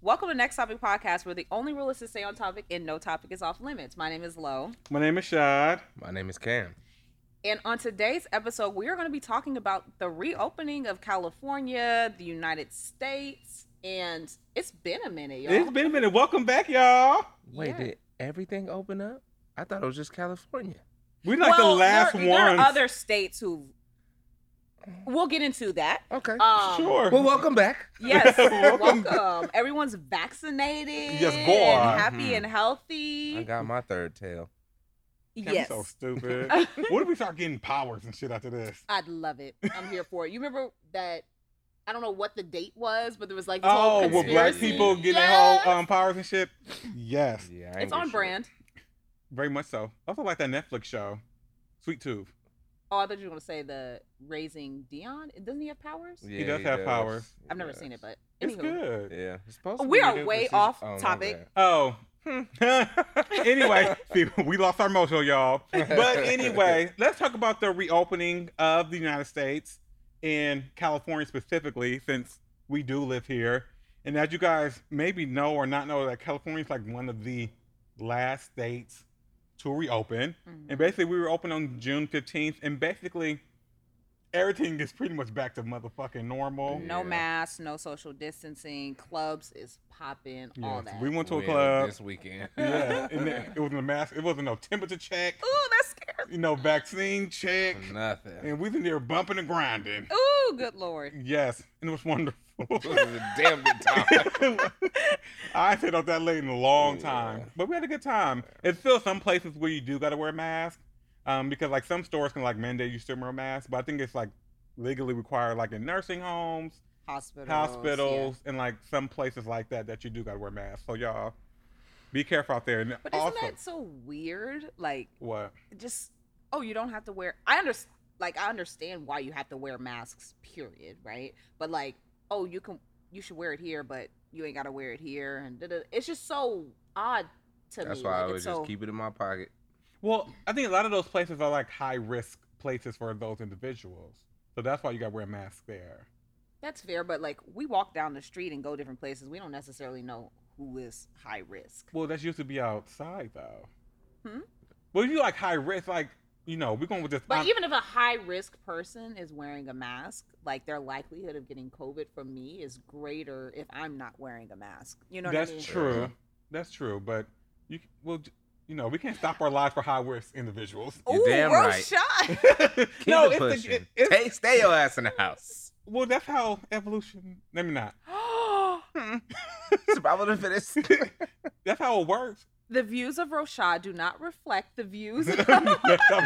Welcome to Next Topic Podcast, where the only rule is to stay on topic and no topic is off limits. My name is Lo. My name is Shad. My name is Cam. And on today's episode, we are going to be talking about the reopening of California, the United States, and it's been a minute, y'all. It's been a minute. Welcome back, y'all. Wait, Yeah. did everything open up? I thought it was just California. We're like Well, the last there, one. There are other states who. We'll get into that. Okay. Um, sure. well, welcome back. Yes, welcome. Welcome. Everyone's vaccinated. Yes, go on. And happy Mhm. and healthy. I got my third tail. Damn, yes. I'm so stupid. what if we start getting powers and shit after this? I'd love it. I'm here for it. You remember that? I don't know what the date was, but there was like this whole Oh, with conspiracy. black people getting Yes! their whole um, powers and shit. Yes, Yeah, It's on brand. very much so. Also like that Netflix show, Sweet Tooth. Oh, I thought you were gonna say the raising Dion. Doesn't he have powers? Yeah, does have power. I've never does. seen it, but It's anywho. good. Yeah, it's supposed We be are new for way season- off Oh, my topic. bad. Oh. anyway, see, we lost our mojo, y'all. But anyway, let's talk about the reopening of the United States and California specifically, since we do live here. And as you guys maybe know or not know, that California is like one of the last states to reopen. Mhm. And basically, we were open on June 15th, and basically, everything is pretty much back to motherfucking normal. No Yeah. mask, no social distancing. Clubs is popping. all Yes, that. We went to a Yeah, club. this weekend. Yeah, and then it wasn't a mask. It wasn't no temperature check. Ooh, that's scary. You know, vaccine check. Nothing. And we was in there bumping and grinding. Ooh, good lord. Yes, and it was wonderful. It was a damn good time. I stayed up that late in a long Yeah. time, but we had a good time. It's still some places where you do gotta wear a mask, um, because like some stores can like mandate you still wear a mask, but I think it's like legally required, like in nursing homes, Hospitals. yeah. hospitals, and like some places like that that you do gotta wear masks. So y'all, be careful out there. And But isn't also, that so weird? Like, what? just oh, you don't have to wear. I understand. Like, I understand why you have to wear masks. Period. Right. But like, oh, you can. You should wear it here, but you ain't gotta wear it here. And da-da. it's just so odd to That's me. why like, I it's always so, just keep it in my pocket. Well, I think a lot of those places are like high risk places for those individuals. So that's why you gotta wear a mask there. That's fair, but like, we walk down the street and go different places. We don't necessarily know who is high risk. Well, that's used to be outside though. Hmm? Well, if you like high risk, like you know, we're going with this. But Um, I'm- even if a high risk person is wearing a mask, like their likelihood of getting COVID from me is greater if I'm not wearing a mask. You know that's what I mean? true. Yeah. That's true. But you well, j- you know, we can't stop our lives for high risk individuals. You're Ooh, damn rough right. shot. Keep no, it it's, pushing. the, it, it's Stay- stay your ass in the house. well, that's how evolution. Let me not. Survival of the fittest. That's how it works. the views of Roshad do not reflect the views That's of how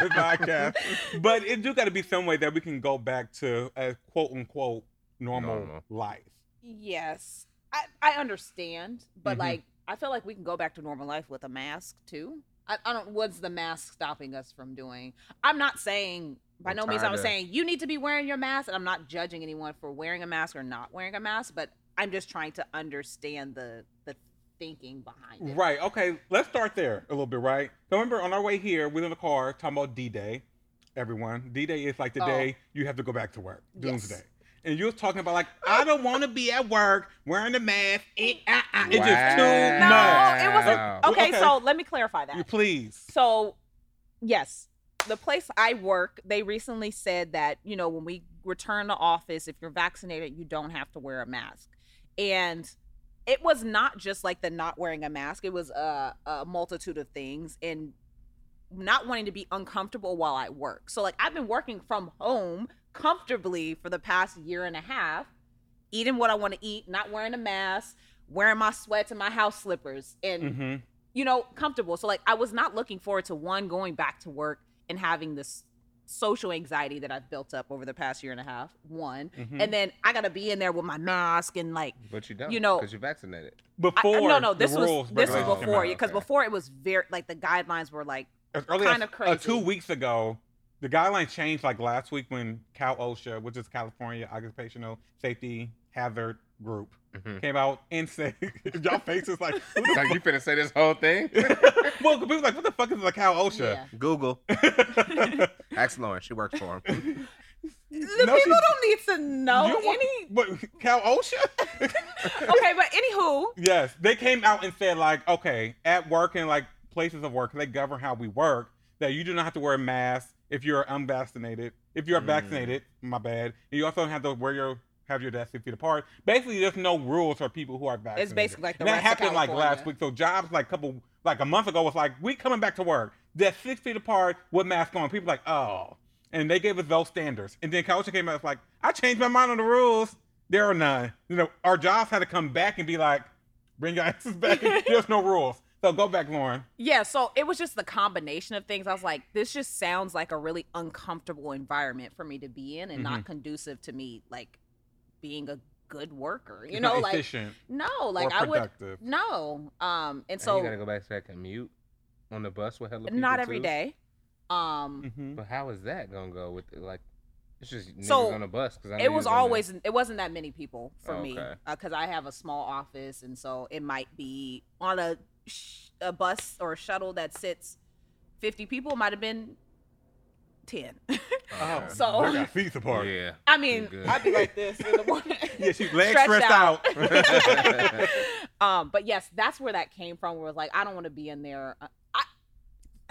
we podcast. But it do got to be some way that we can go back to a quote unquote normal. Normal. life. Yes. I, I understand, but Mhm. like I feel like we can go back to normal life with a mask too. I, I don't what's the mask stopping us from doing? I'm not saying by I'm no means I'm tired of- saying you need to be wearing your mask and I'm not judging anyone for wearing a mask or not wearing a mask, but I'm just trying to understand the the thinking behind it. Right. Okay. Let's start there a little bit, right? So remember, on our way here, we're in the car talking about D Day. Everyone, D Day is like the Oh. day you have to go back to work. Yes. Doomsday. And you was talking about like, I don't want to be at work wearing a mask. It, uh, uh, it's just too much. No, it wasn't- Wow. Okay, Okay. so let me clarify that. You please. So, yes, the place I work, they recently said that, you know, when we return to office, if you're vaccinated, you don't have to wear a mask. And it was not just like the not wearing a mask, it was a, a multitude of things and not wanting to be uncomfortable while I work. So, like, I've been working from home comfortably for the past year and a half, eating what I want to eat, not wearing a mask, wearing my sweats and my house slippers. And hmm you know, comfortable. So like I was not looking forward to one going back to work and having this social anxiety that I've built up over the past year and a half. One. Mhm. And then I got to be in there with my mask and like But you don't. You know- because you're vaccinated. I, I- Before no no the this was rules, this was regulations came before out, because okay. before it was very like the guidelines were like as early kinda as, uh, two crazy. weeks ago, the guideline changed like last week when Cal OSHA, which is California Occupational Safety Hazard Group, Mhm. came out and said, y'all faces like, who the It's like you finna say this whole thing? well, people like, what the fuck is a Cal OSHA? yeah. Google. Ask Lauren. She works for him. The No, people she- don't need to know You want- any. But Cal OSHA? Okay, but anywho, yes, they came out and said like, okay, at work and like places of work, they govern how we work. That you do not have to wear a mask if you're unvaccinated. If you are Mm. vaccinated, my bad. And you also don't have to wear your have your desk six feet apart. Basically, there's no rules for people who are vaccinated. basically like the And that rest of happened like last California. week. So jobs like couple like a month ago was like, we coming back to work. They're six feet apart with masks on. People like, oh. And they gave us those standards. And then Kaosha came out and was like, I changed my mind on the rules. There are none. You know, our jobs had to come back and be like, bring your asses back. There's no rules. So go back, Lauren. yeah, so it was just the combination of things. I was like, this just sounds like a really uncomfortable environment for me to be in and Mm-hmm. not conducive to me like being a good worker. You It's know, not like efficient no, like or I would productive. no. Um and So so you gotta go back to that commute on the bus with hella people not every too? day. Um Mhm. But how is that gonna go with like? It's just niggas So, on the bus because it was always it wasn't that many people for me Oh, Okay. because I have a small office and so it might be on a sh- a bus or a shuttle that sits 50 people might have been 10 Oh, Okay. So- they got feet apart. Yeah, yeah. I mean good. I'd be like this in the morning she's legs Stretched stretched out. um but yes that's where that came from where it was like I don't want to be in there Uh, I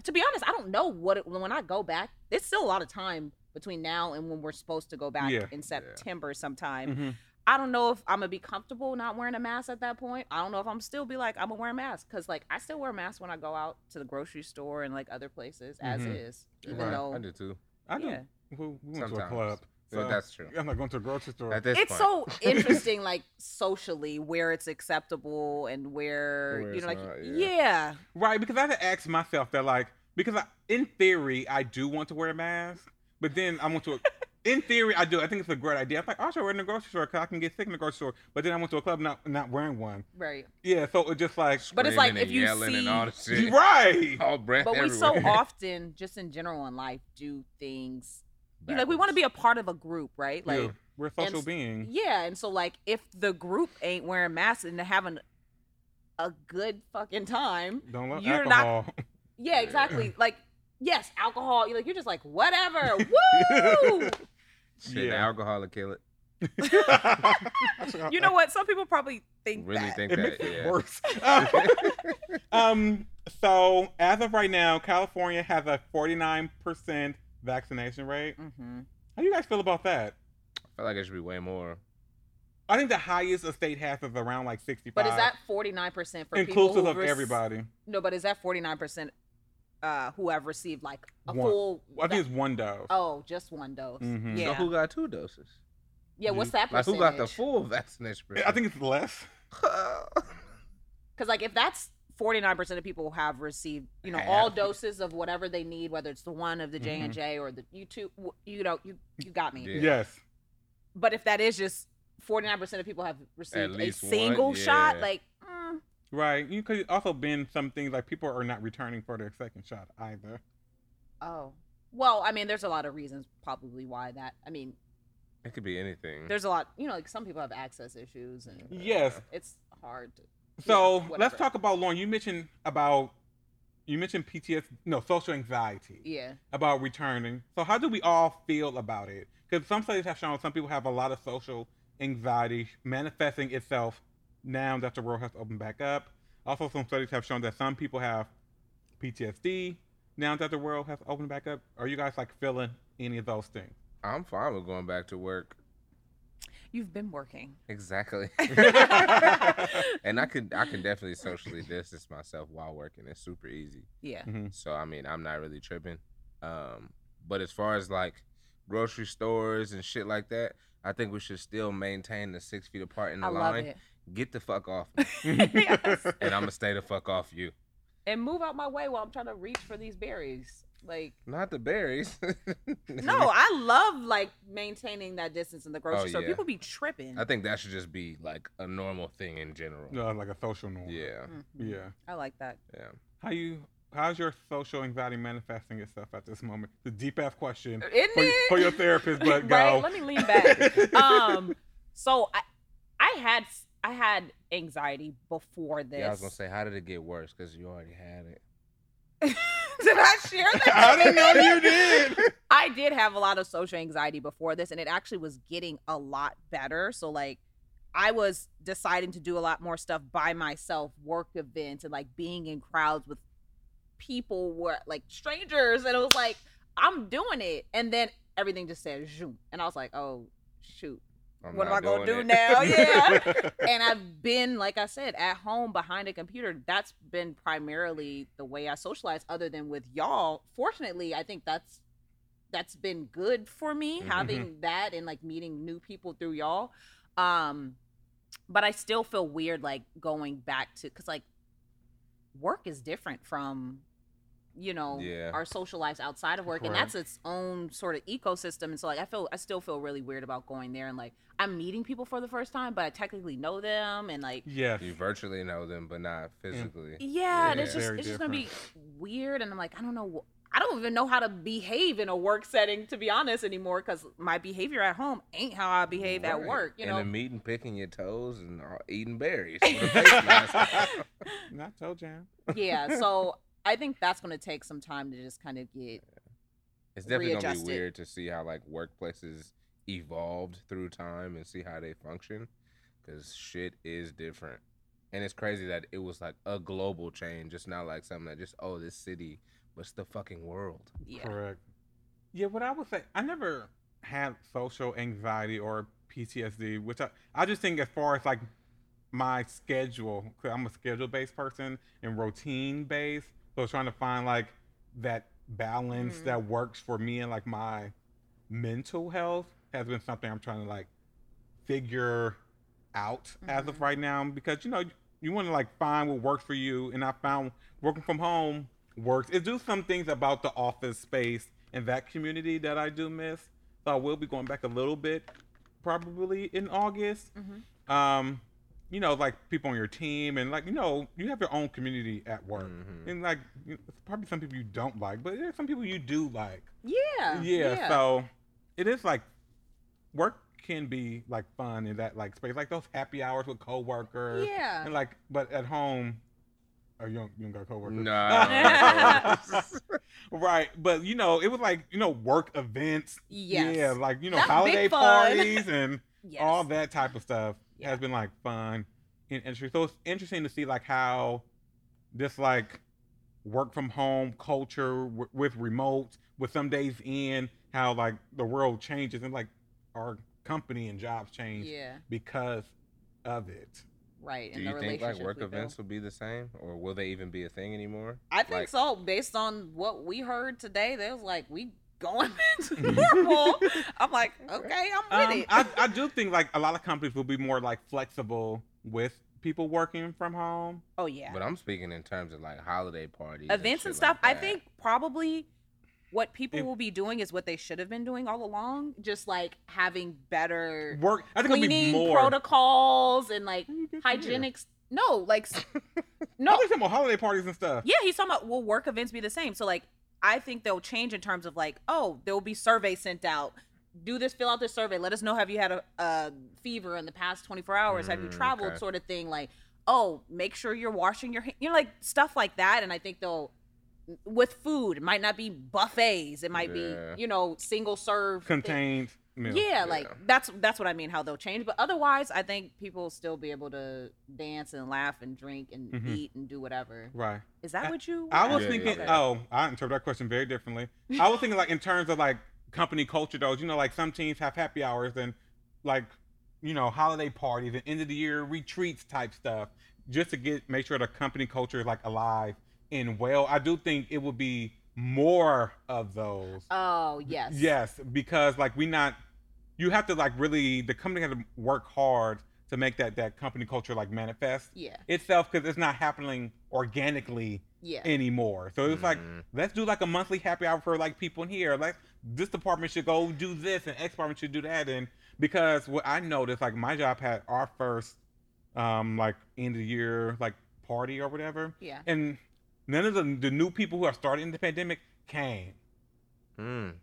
to be honest I don't know what it, when I go back there's still a lot of time between now and when we're supposed to go back Yeah. in September sometime Mm-hmm. Mhm. I don't know if I'm gonna be comfortable not wearing a mask at that point. I don't know if I'm still be like I'm gonna wear a mask because like I still wear a mask when I go out to the grocery store and like other places as Mhm. is, even Right, though I do too. I do. yeah. We, we went to a Sometimes. club. Yeah, so that's true. I'm not going to a grocery store. At this it's point. so interesting like socially where it's acceptable and where, Where you know like it's not, yeah. Right, because I had to ask myself that, like, because I, in theory, I do want to wear a mask, but then I want to. in theory, I do. I think it's a great idea. I'm like, I should wear it in the grocery store because I can get sick in the grocery store. But then I went to a club not not wearing one. right. Yeah, so it just like But it's like Screaming if and you yelling and all see- this shit. Oh, right. All breath But we so everywhere. often just in general in life do things you know, like we want to be a part of a group, right? Like Yeah, we're a social and- beings. Yeah, and so like if the group ain't wearing masks and they're having a good fucking time, Don't love You're not- alcohol. yeah, exactly. like yes, alcohol. You're like you're just like whatever. Woo! backwards. Shit, Yeah. alcohol will kill it. you know what? Some people probably think Really that. think it that. makes it yeah. worse. um, so as of right now, California has a 49% vaccination rate. Mhm. How do you guys feel about that? I feel like it should be way more. I think the highest a state has is around like 65. But is that 49 percent for people inclusive who've of rec- everybody? No, but is that 49 percent uh, who have received like a One. full? I think it's one dose. oh, just one dose. Mhm. Yeah, So who got two doses? yeah. What's that Like percentage? who got the full vaccination? I think it's less. Because like if that's forty nine percent of people have received, you know, all doses of whatever they need, whether it's the one of the J and J or the you two, w- you know, you you got me. Yeah. Yes. But if that is just forty nine percent of people have received a least one, single shot, yeah. like mm, Right. You could also been some things like people are not returning for their second shot either. oh, well, I mean, there's a lot of reasons probably why that. I mean, it could be anything. there's a lot, you know, like some people have access issues and Yes. it's hard. To, So Yeah, let's whatever. talk about Lauren. You mentioned about you mentioned PTS no social anxiety yeah, about returning. So how do we all feel about it? Because some studies have shown some people have a lot of social anxiety manifesting itself now that the world has opened back up. Also, some studies have shown that some people have PTSD now that the world has opened back up. Are you guys like feeling any of those things? I'm fine with going back to work. you've been working. Exactly. yeah, and I could I can definitely socially distance myself while working. It's super easy. So I mean, I'm not really tripping. Um, but as far as like grocery stores and shit like that, I think we should still maintain the six feet apart in the I love line. it. Get the fuck off, me, Yes. and I'm gonna stay the fuck off you. and move out my way while I'm trying to reach for these berries. Like, Not the berries. no, I love like maintaining that distance in the grocery Oh, store. yeah. People be tripping. I think that should just be like a normal thing in general. No, like a social norm. Yeah, Mhm. Yeah. I like that. yeah. How you? How's your social anxiety manifesting itself at this moment? The deep ass question Isn't for, it? for your therapist, but right? go. Let me lean back. um, so I, I had I had anxiety before this. Yeah, I was gonna say, how did it get worse? Because you already had it. Did I share that? I didn't know you did. I did have a lot of social anxiety before this, and it actually was getting a lot better. So like I was deciding to do a lot more stuff by myself, work events, and like being in crowds with people were like strangers, and it was like I'm doing it, and then everything just said zoom, and I was like, oh shoot. I'm what am I not gonna doing do it. now? Yeah. and I've been, like I said, at home behind a computer. That's been primarily the way I socialize, other than with y'all. Fortunately, I think that's that's been good for me, having that and like meeting new people through y'all. Um, but I still feel weird like going back to because like work is different from you know Yeah. our social lives outside of work and that's its own sort of ecosystem and so like i feel i still feel really weird about going there and like i'm meeting people for the first time but i technically know them and like Yes. You virtually know them, but not physically. yeah, and Yeah. it's just Very it's just gonna be weird and i'm like i don't know wh- i don't even know how to behave in a work setting to be honest anymore because my behavior at home ain't how i behave at Right. work you in know a meeting, picking your toes and all, eating berries. with a face mask. Not toe jam. yeah so i think that's gonna take some time to just kind of get it's definitely gonna be Readjust it. weird to see how like workplaces evolved through time and see how they function, because shit is different. And it's crazy that it was like a global change. It's not like something that just oh this city, but it's the fucking world. yeah Correct. Yeah, what I would say, I never had social anxiety or PTSD, which I, I just think as far as like my schedule, 'cause I'm a schedule based person and routine based. So trying to find like that balance Mhm. that works for me and like my mental health has been something I'm trying to like figure out as of Mhm. right now because you know you want to like find what works for you and i found working from home works it do some things about the office space and that community that i do miss so i will be going back a little bit probably in august Mhm. um you know like people on your team and like you know you have your own community at work Mhm. and like you it's probably some people you don't like but there's some people you do like yeah yeah, so it is like work can be like fun in that like space like those happy hours with coworkers Yeah. and like but at home oh you don't you don't got coworkers Nah. right but you know it was like you know work events Yes. yeah like you know That's big holiday fun. parties and Yes. all that type of stuff Yeah. has been like fun and interesting. So it's interesting to see like how this like work from home culture w- with remote, with some days in, how like the world changes and like our company and jobs change Yeah. because of it. Right. Do and the you think like relationships work we build. events will be the same, or will they even be a thing anymore? I think Like- so. Based on what we heard today, they was like, we going into Mm-hmm. normal. I'm like, okay, I'm with Um, it. I, I do think like a lot of companies will be more like flexible with people working from home. oh yeah. But I'm speaking in terms of like holiday parties, Events and shit like stuff. I that. think probably what people If- will be doing is what they should have been doing all along, just like having better Work. I think it'll be cleaning more. protocols and like What do you get from here? hygienics. No, like s- I no, think some more holiday parties and stuff. Yeah, he's talking about will work events be the same? So like I think they'll change in terms of like, oh, there will be surveys sent out. Do this, fill out this survey. Let us know have you had a, a fever in the past 24 hours? have you Mm, traveled? okay. Sort of thing. Like, oh, make sure you're washing your hands. You know, like stuff like that. And I think they'll with food, it might not be buffets. It might Yeah. be you know single serve. thing. Contained. meals. Yeah, like Yeah. that's that's what I mean how they'll change. But otherwise, I think people will still be able to dance and laugh and drink and Mhm. eat and do whatever. Right. Is that what you? I was Yeah, thinking. yeah, yeah. Oh, I interpret that question very differently. I was thinking like in terms of like company culture, though. You know, like some teams have happy hours and like you know holiday parties and end of the year retreats type stuff, just to get make sure the company culture is like alive and well. I do think it will be more of those. Oh yes. Yes, because like we not, you have to like really the company has to work hard to make that that company culture like manifest Yeah. itself because it's not happening organically Yeah. anymore. So it's like Mhm. let's do like a monthly happy hour for like people in here. Like this department should go do this and X department should do that. And because what I noticed, like my job had our first um like end of the year like party or whatever. yeah. And none of the the new people who are starting the pandemic came. Mm.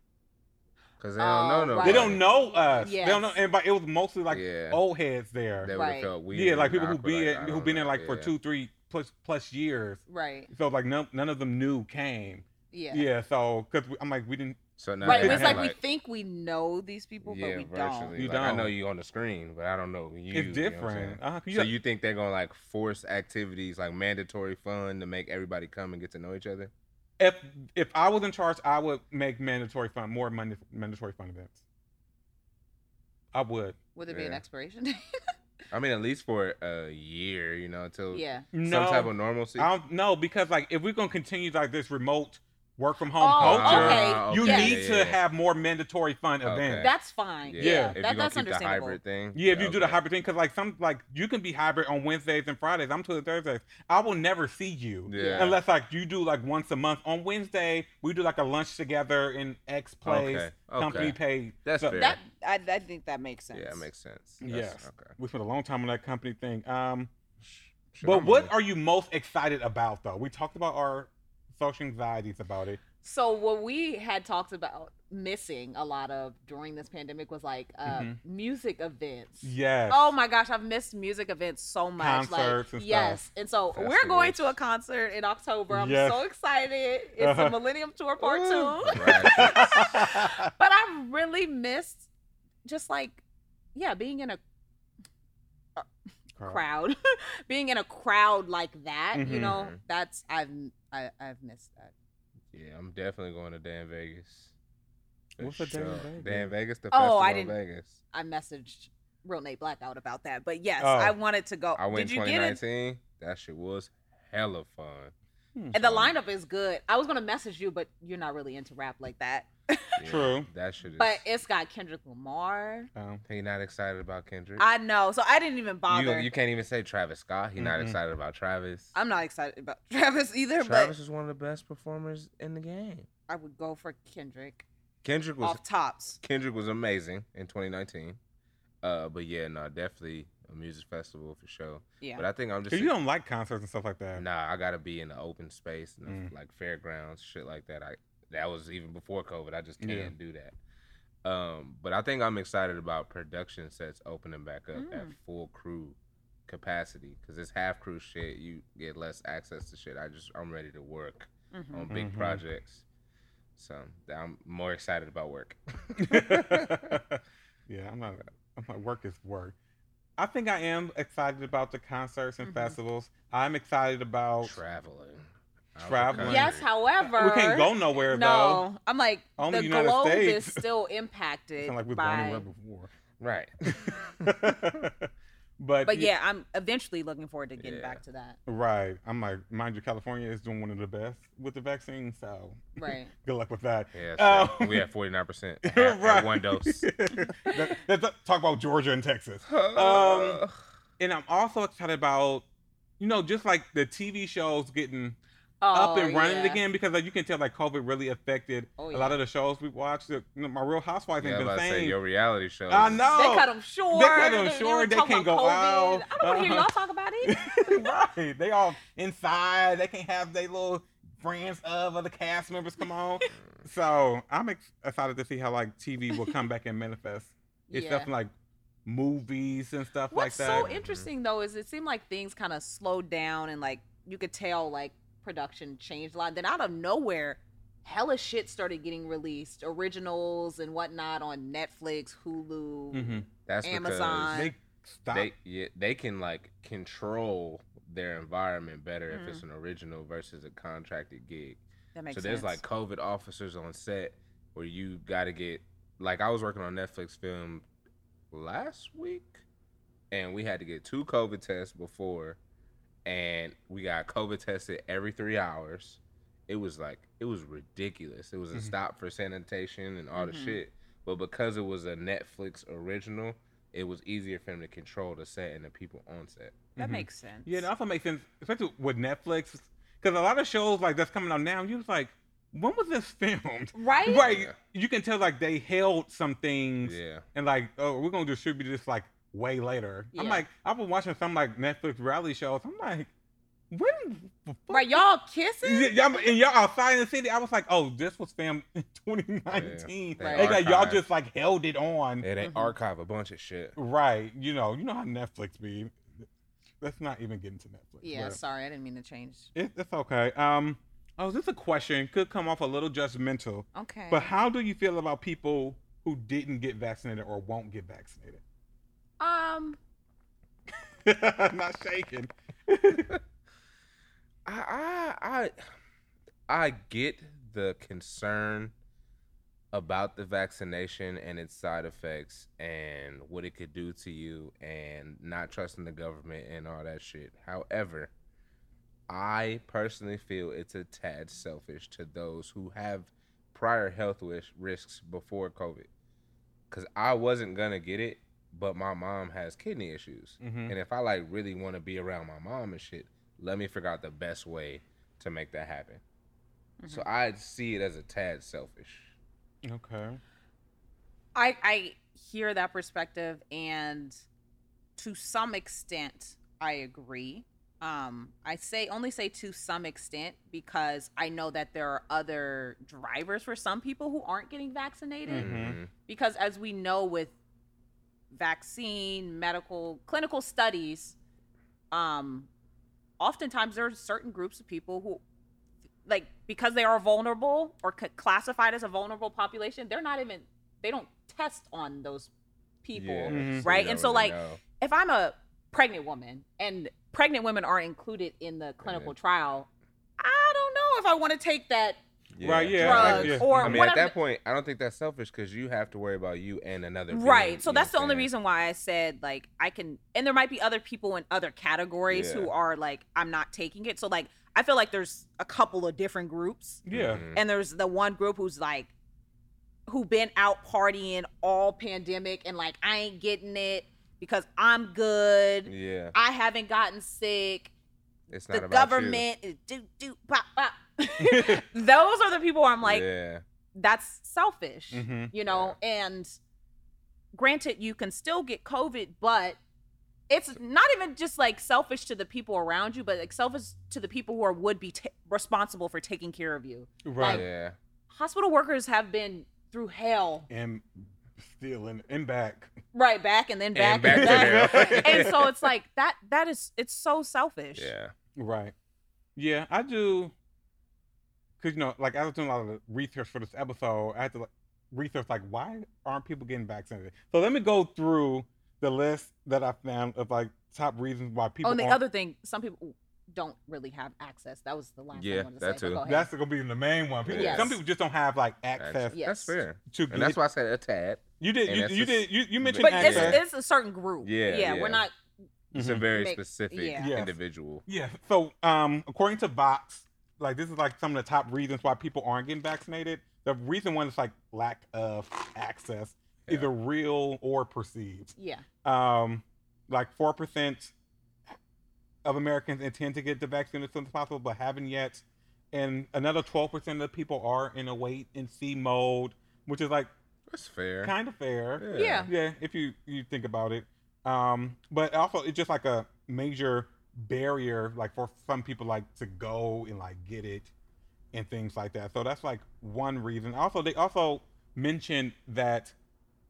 Cause they don't know Oh, nobody. right. They don't know us. They don't know Yes. anybody. It was mostly like Yeah. old heads there. They would Right. have felt weird. yeah, like and people who awkward, be I who don't been there know, like for yeah. two, three plus plus years. Right. So like no, none of them new came. Yeah. Yeah, so because I'm like we didn't So now right. they It's have, like, we think we know these people, but we don't. virtually. You Like, I don't. know you on the screen, but I don't know you. you know it's what I'm different. saying? Uh, you So got- you think they're gonna like force activities like mandatory fun to make everybody come and get to know each other? if if I was in charge, I would make mandatory fun more manda- mandatory fun events. I would. Would there be an Yeah. expiration date? I mean, at least for a year, you know, until yeah. No, some type of normalcy. I don't, no, because like if we're gonna continue like this remote work from home Oh, culture, okay. you yeah. need to have more mandatory fun Okay. events. That's fine. Yeah. Yeah. If That, you're gonna that's keep the understandable. hybrid thing, Yeah, if you do the okay. hybrid thing, because like some like you can be hybrid on Wednesdays and Fridays. I'm Tuesday Thursdays. I will never see you yeah, unless like you do like once a month on Wednesday. We do like a lunch together in X place. okay. Company okay. paid. That's So- fair. That I, I think that makes sense. yeah, it makes sense. Yes. Okay. We spent a long time on that company thing. Um, Shit, but I'm what on- are you most excited about though? We talked about our social anxieties about it. So what we had talked about missing a lot of during this pandemic was like uh, Mhm. music events. Yes. Oh my gosh, I've missed music events so much. Concerts Like, and stuff. yes, and so we're going to a concert in October. I'm Yes. so excited. It's Uh-huh. the Millennium Tour Part Ooh. Two. Right. But I really missed just like, yeah, being in a crowd, being in a crowd like that. You Mhm. know, that's I've I, I've missed that. Yeah, I'm definitely going to Dan Vegas. For What's a Dan sure. Vegas? Dan Vegas, the festival Oh, I in Vegas. I messaged Real Nate Blackout about that. But yes, Oh. I wanted to go. I went Did you get it? 2019. That shit was hella fun. And the so- lineup is good. I was gonna message you, but you're not really into rap like that. Yeah, True. That shit is. But it's got Kendrick Lamar. Um, he not excited about Kendrick. I know, so I didn't even you, bother. you can't even say Travis Scott. He not Mhm. excited about Travis. I'm not excited about Travis either, Travis is one of the best performers in the game. but I would go for Kendrick Kendrick was off tops. Kendrick was amazing in 2019. Uh, but yeah, no, definitely a music festival for sure. Yeah. But I think I'm just 'cause you don't like concerts and stuff like that. Nah, I gotta be in the open space, and the Mm. like fairgrounds, shit like that. I that was even before COVID. I just can't Yeah. do that. Um, but I think I'm excited about production sets opening back up at Mm. full crew capacity because it's half crew shit. You get less access to shit. I just I'm ready to work Mhm. on big Mhm. projects, so I'm more excited about work. yeah, I'm not. I'm not. Work is work. I think I am excited about the concerts and Mhm. festivals. I'm excited about. Traveling, Out the Oh. Traveling. Yes, country. however, we can't go nowhere though. No, I'm like Only the United globe States. is still It's impacted not like we've gone by. anywhere before. right. but But y- yeah, I'm eventually looking forward to getting Yeah. back to that. right. I'm like, mind you, California is doing one of the best with the vaccine, so Right. good luck with that. Yeah, Oh. so we at 49 percent right. Um, one dose. That- that's- talk about Georgia and Texas. um, And I'm also excited about, you know, just like the TV shows getting up Oh, and running yeah. again because like you can tell like COVID really affected Oh, a lot of the shows we watched. The- you know, my Real Housewives yeah, ain't I'm been about to say saying. your reality show. I is- know. They cut them short. Oh. cut 'em were short. They talking can't about go COVID. out. I don't want to hear Uh-huh. y'all talk about it. right, they all inside. They can't have their little friends of other cast members come on. so I'm ex- excited to see how like TV will come back and manifest It's yeah. stuff like movies and stuff What's like that. Mm-hmm. so interesting though is it seemed like things kind of slowed down and like you could tell like production changed a lot. Then out of nowhere, hella shit started getting released, originals and whatnot on Netflix, Hulu. hmm That's Amazon. They stop. because they yeah, they can like control their environment better if it's Mhm. an original versus a contracted gig. That makes so sense. there's like COVID officers on set where you got to get like I was working on Netflix film last week, and we had to get two COVID tests before, and we got COVID tested every three hours. It was like it was ridiculous. It was a Mhm. stop for sanitation and all the Mhm. shit, but because it was a Netflix original, it was easier for him to control the set and the people on set. that Mhm. makes sense. Yeah, it also makes sense, especially with Netflix, because a lot of shows like that's coming out now. You was like, when was this filmed? right. Right. Yeah. You can tell like they held some things Yeah, and like, oh, we're gonna distribute this like way later. I'm Yeah. like, I've been watching some like Netflix rally shows. I'm like, when the fuck- Right. Y'all kissing. Y- y'all- and y'all outside in the city, I was like, oh, this was filmed in 2019. They Right. It's like y'all archived. just like held it on. Yeah, they Mhm. archive a bunch of shit. Right. You know, you know how Netflix be. Let's not even get into Netflix. Yeah. but- Sorry, I didn't mean to change. It, it's okay. Um, Oh, this is a question. Could come off a little judgmental. Okay. But how do you feel about people who didn't get vaccinated or won't get vaccinated? um, I'm not shaking. Mm-hmm. I, I I I get the concern about the vaccination and its side effects and what it could do to you and not trusting the government and all that shit. However, I personally feel it's a tad selfish to those who have prior health wish, risks before COVID. Cause I wasn't gonna get it, but my mom has kidney issues. Mm-hmm. Mhm. And if I like really want to be around my mom and shit, let me figure out the best way to make that happen. Mm-hmm. So I see it as a tad selfish. Okay. I I hear that perspective and to some extent I agree. Um I say only say to some extent because I know that there are other drivers for some people who aren't getting vaccinated Mm-hmm. Mhm. because as we know with vaccine medical clinical studies um oftentimes there are certain groups of people who like because they are vulnerable or c- classified as a vulnerable population they're not even they don't test on those people Yeah, Mhm. so right? you And don't so, really like, know. if i'm a pregnant woman and pregnant women are included in the clinical trial i don't know if i want to take that Right, yeah. drug I- yeah. or I mean, what at I'm- that point, I don't think that's selfish because you have to worry about you and another. being, right so you know that's the what I'm only saying? reason why i said like i can and there might be other people in other categories Yeah. who are like i'm not taking it so like i feel like there's a couple of different groups Yeah. Mhm. and there's the one group who's like who been out partying all pandemic and like i ain't getting it because i'm good Yeah, i haven't gotten sick it's not the about you. government is do do pop pop those are the people where i'm like yeah, that's selfish Mm-hmm. you know and granted you can still get covid but it's not even just like selfish to the people around you but like selfish to the people who are would be ta responsible for taking care of you Right. yeah, hospital workers have been through hell and still in and back. right back and then back and back and, to back. hell. and so it's like that that is it's so selfish yeah, Right. Yeah, I do. Cause you know, like I was doing a lot of research for this episode. I had to like, research like why aren't people getting vaccinated? So let me go through the list that I found of like top reasons why people. oh and the aren't- other thing some people don't really have access that was the last Yeah, i wanted to that say but too. go ahead. that's gonna be the main one. People, Yes. Some people just don't have like access That's- Yeah. that's Yes. fair. to. And that's why I said a tad. you did. and You, that's you just- did. You, you mentioned but access. it's, Yeah. it's a certain group Yeah, yeah yeah. we're not It's a Mhm. very Make- specific yeah. Yes. individual. Yeah. So, um, according to Vox, like this is like some of the top reasons why people aren't getting vaccinated. The reason one is like lack of access, Yeah. either real or perceived. yeah Um, like four percent of Americans intend to get the vaccine as soon as possible, but haven't yet. And another twelve percent of the people are in a wait and see mode, which is like That's fair. kind of fair Yeah. yeah if you you think about it um but also it's just like a major barrier like for some people like to go and like get it and things like that so that's like one reason also they also mentioned that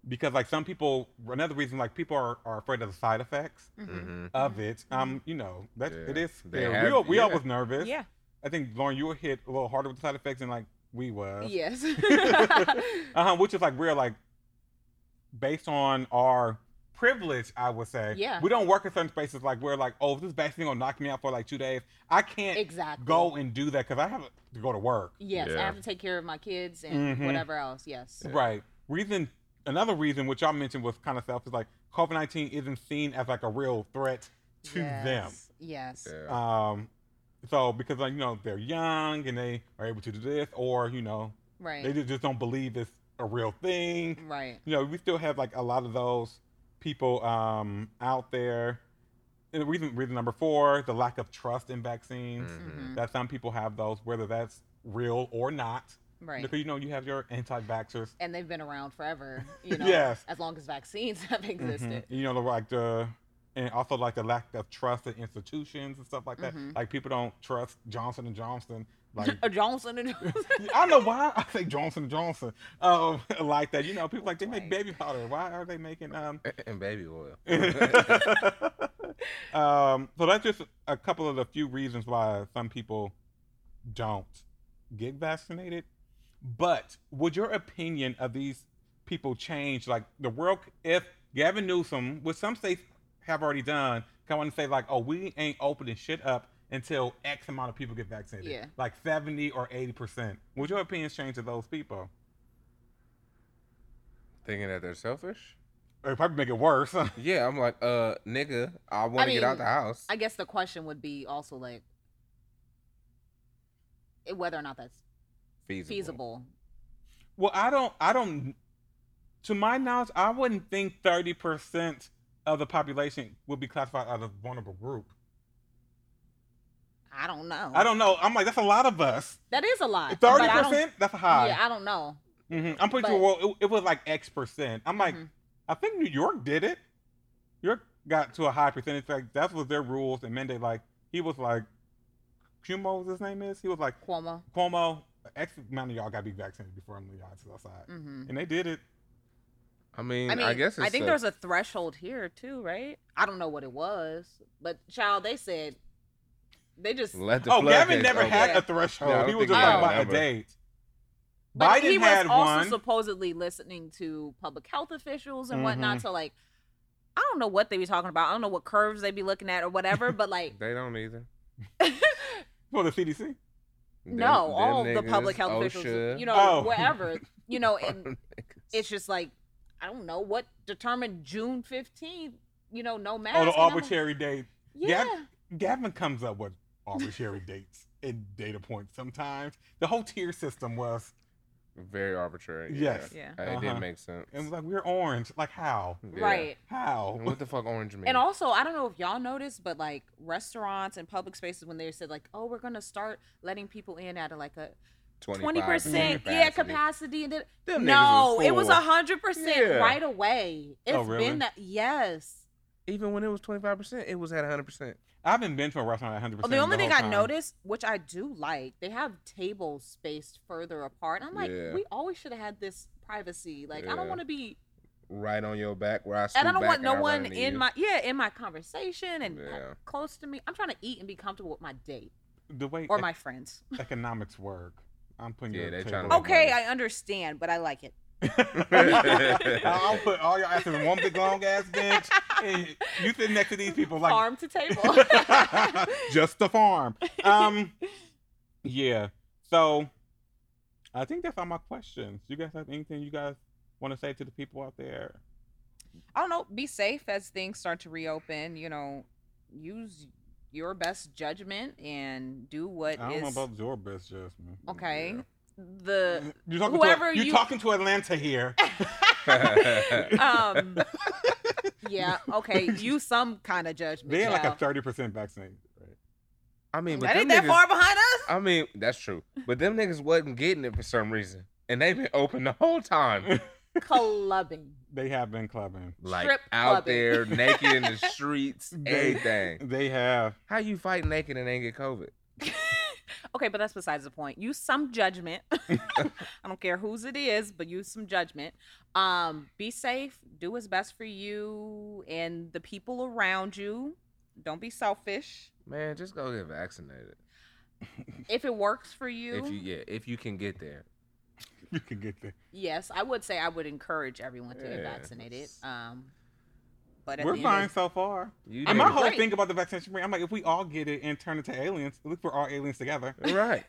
because like some people another reason like people are, are afraid of the side effects Mhm. Mhm. of it um you know that it Yeah. is They scary. we, have- all, we all yeah. was nervous yeah i think lauren you were hit a little harder with the side effects than like we was Yes. uh-huh, which is like we're like based on our privilege, I would say. Yeah. We don't work in certain spaces like we're like, oh, this vaccine gonna knock me out for like two days. I can't exactly. go and do that because I have to go to work. Yes, I Yeah. have to take care of my kids and Mhm. whatever else. Yes. Right. Reason another reason which y'all mentioned was kind of self is like COVID nineteen isn't seen as like a real threat to them. yes. Yes. Yeah. Um so because like you know they're young and they are able to do this or you know Right. they just- just don't believe it's a real thing Right. you know, we still have like a lot of those people um, out there. And the reason, reason number four, the lack of trust in vaccines. Mm-hmm. Mhm. That some people have those, whether that's real or not. Right. Because you know, you have your anti-vaxxers. And they've been around forever, you know, Yes. as long as vaccines have Mhm. existed. You know, like the and also like the lack of trust in institutions and stuff like that. Mhm. Like people don't trust Johnson and Johnson. Like A Johnson and Johnson. I don't know why I say Johnson and Johnson um, like that. You know, people like they make Right. baby powder. Why are they making um And baby oil. um, so that's just a couple of the few reasons why some people don't get vaccinated. But would your opinion of these people change? Like the world, if Gavin Newsom, which some states have already done, come on and say like, "Oh, we ain't opening shit up until X amount of people get vaccinated, Yeah. like seventy or eighty percent." Would your opinions change of those people? Thinking that they're selfish? Or it'd probably make it worse. Yeah, I'm like, uh, nigga, I want to get out mean, the house. I guess the question would be also like eh, whether or not that's feasible. feasible. well, I don't. I don't. To my knowledge, I wouldn't think thirty percent of the population would be classified as a vulnerable group. I don't know. I don't know. I'm like, that's a lot of us. That is a lot. but Thirty I don't- percent. That's high. Yeah, I don't know. hmm I'm pretty But- sure well, it, it was like X percent. I'm like, Mhm. I think New York did it. New York got to a high percentage. Like that was their rules and mandate. Like he was like, Cuomo, was his name is. He was like Cuomo. Cuomo. X amount of y'all got to be vaccinated before I'm y'all is outside, hmm and they did it. I mean, I I, mean, I, guess it's think a- there's a threshold here too, right? I don't know what it was, but child, they said they just Let the oh, Gavin floodgates never open. had Yeah. a threshold. Yeah, I don't he was think just he like had a by a number. date. But Biden he was had also one. supposedly listening to public health officials and whatnot. Mm-hmm. So like, I don't know what they be talking about. I don't know what curves they be looking at or whatever. But like, They don't either. for Oh, the CDC. Them- no, them all the public niggas, health OSHA, officials, you know, Oh. wherever, you know, and niggas. it's just like I don't know what determined June fifteenth. You know, no mask. Oh, the and I'm like, arbitrary date. Yeah. Gavin comes up with arbitrary dates and data points sometimes. The whole tier system was, very arbitrary. Yes. Yeah. yeah. Uh, It Uh-huh. didn't make sense. and was like, we're orange. Like, how? Yeah. Right. How? And what the fuck orange mean? And also, I don't know if y'all noticed, but like restaurants and public spaces, when they said like, "Oh, we're gonna start letting people in at like a twenty 25% percent, yeah, capacity," and then Them niggas no, was it was full. a hundred percent Yeah. right away. It's Oh, really? been that, yes. Even when it was 25%, it was at 100%. I haven't been to a restaurant at 100%. Oh, the only thing whole I time. noticed, which I do like, they have tables spaced further apart. I'm like, Yeah. we always should have had this privacy. Like, I don't Yeah. want to be, Right on your back where I stood and I don't want no one you. in my, yeah, in my conversation and Yeah. close to me. I'm trying to eat and be comfortable with my date the way or ec- my friends. economics work. I'm putting Yeah, your they table tryna make Okay, money. I understand, but I like it. I'll put all your ass in one big long ass bench. And you sit next to these people like farm to table. just the farm. Um, yeah. So, I think that's all my questions. You guys have anything you guys want to say to the people out there? I don't know. Be safe as things start to reopen. You know, use your best judgment and do what I don't know is about your best judgment. okay. Yeah. The You're talking Whoever to you you- talking to Atlanta here. um yeah okay use some kind of judgment They're like a child. thirty percent vaccinated. Right? I mean, but that them ain't that niggas, far behind us I mean, that's true. But them niggas wasn't getting it for some reason. And they've been open the whole time. clubbing They have been clubbing. Like Strip out clubbing. there, naked in the streets, They- everything. They have. How you fight naked and ain't get COVID? okay but that's besides the point use some judgment i don't care whose it is but use some judgment um be safe do what's best for you and the people around you don't be selfish Man, just go get vaccinated. if it works for you, If you yeah, if you can get there. You can get there. yes i would say i would encourage everyone to get Yeah. vaccinated um but at We're the end of- fine so far. You And I'm my not did. whole Right. thing about the vaccination rate, I'm like, if we all get it and turn into aliens, at least we're all aliens together. Right.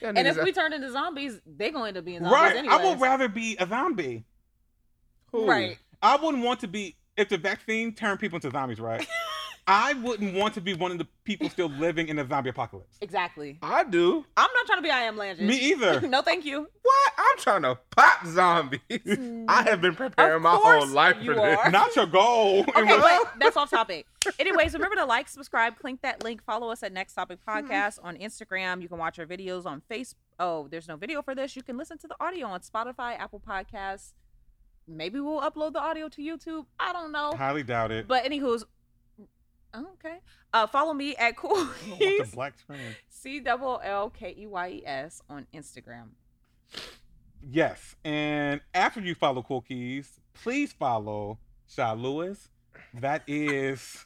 Y'all and niggas if out- we turn into zombies they're going to be in zombies Right. anyway I would rather be a zombie. Who? Right. I wouldn't want to be if the vaccine turned people into zombies, right? I wouldn't want to be one of the people still living in a zombie apocalypse. Exactly. I do. I'm not trying to be I am Landry. Me either. no, thank you. What? I'm trying to pop zombies. I have been preparing my whole course life you for this. are. Not your goal. It Okay, was- but that's off topic. Anyways, remember to like, subscribe, click that link, follow us at Next Topic Podcast on Instagram. You can watch our videos on Facebook. Oh, there's no video for this. You can listen to the audio on Spotify, Apple Podcasts. Maybe we'll upload the audio to YouTube. I don't know. Highly doubt it. But anywho's okay. Uh, follow me at Cool I don't want the black screen. C double L K E Y E S on Instagram. Yes. And after you follow Cool Keys, please follow Sha Lewis. That is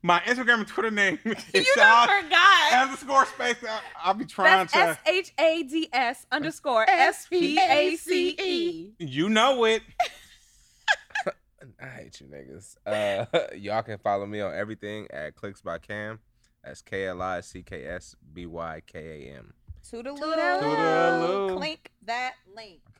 My Instagram and Twitter name is you Shad don't forgot. underscore space. I- I'll be trying That's to. S H A D S underscore S P A C E. you know it. I hate you niggas. Uh, y'all can follow me on everything at Clicks by Cam. That's K L I C K S B Y K A M. Toodaloo. Toodaloo. Clink that link.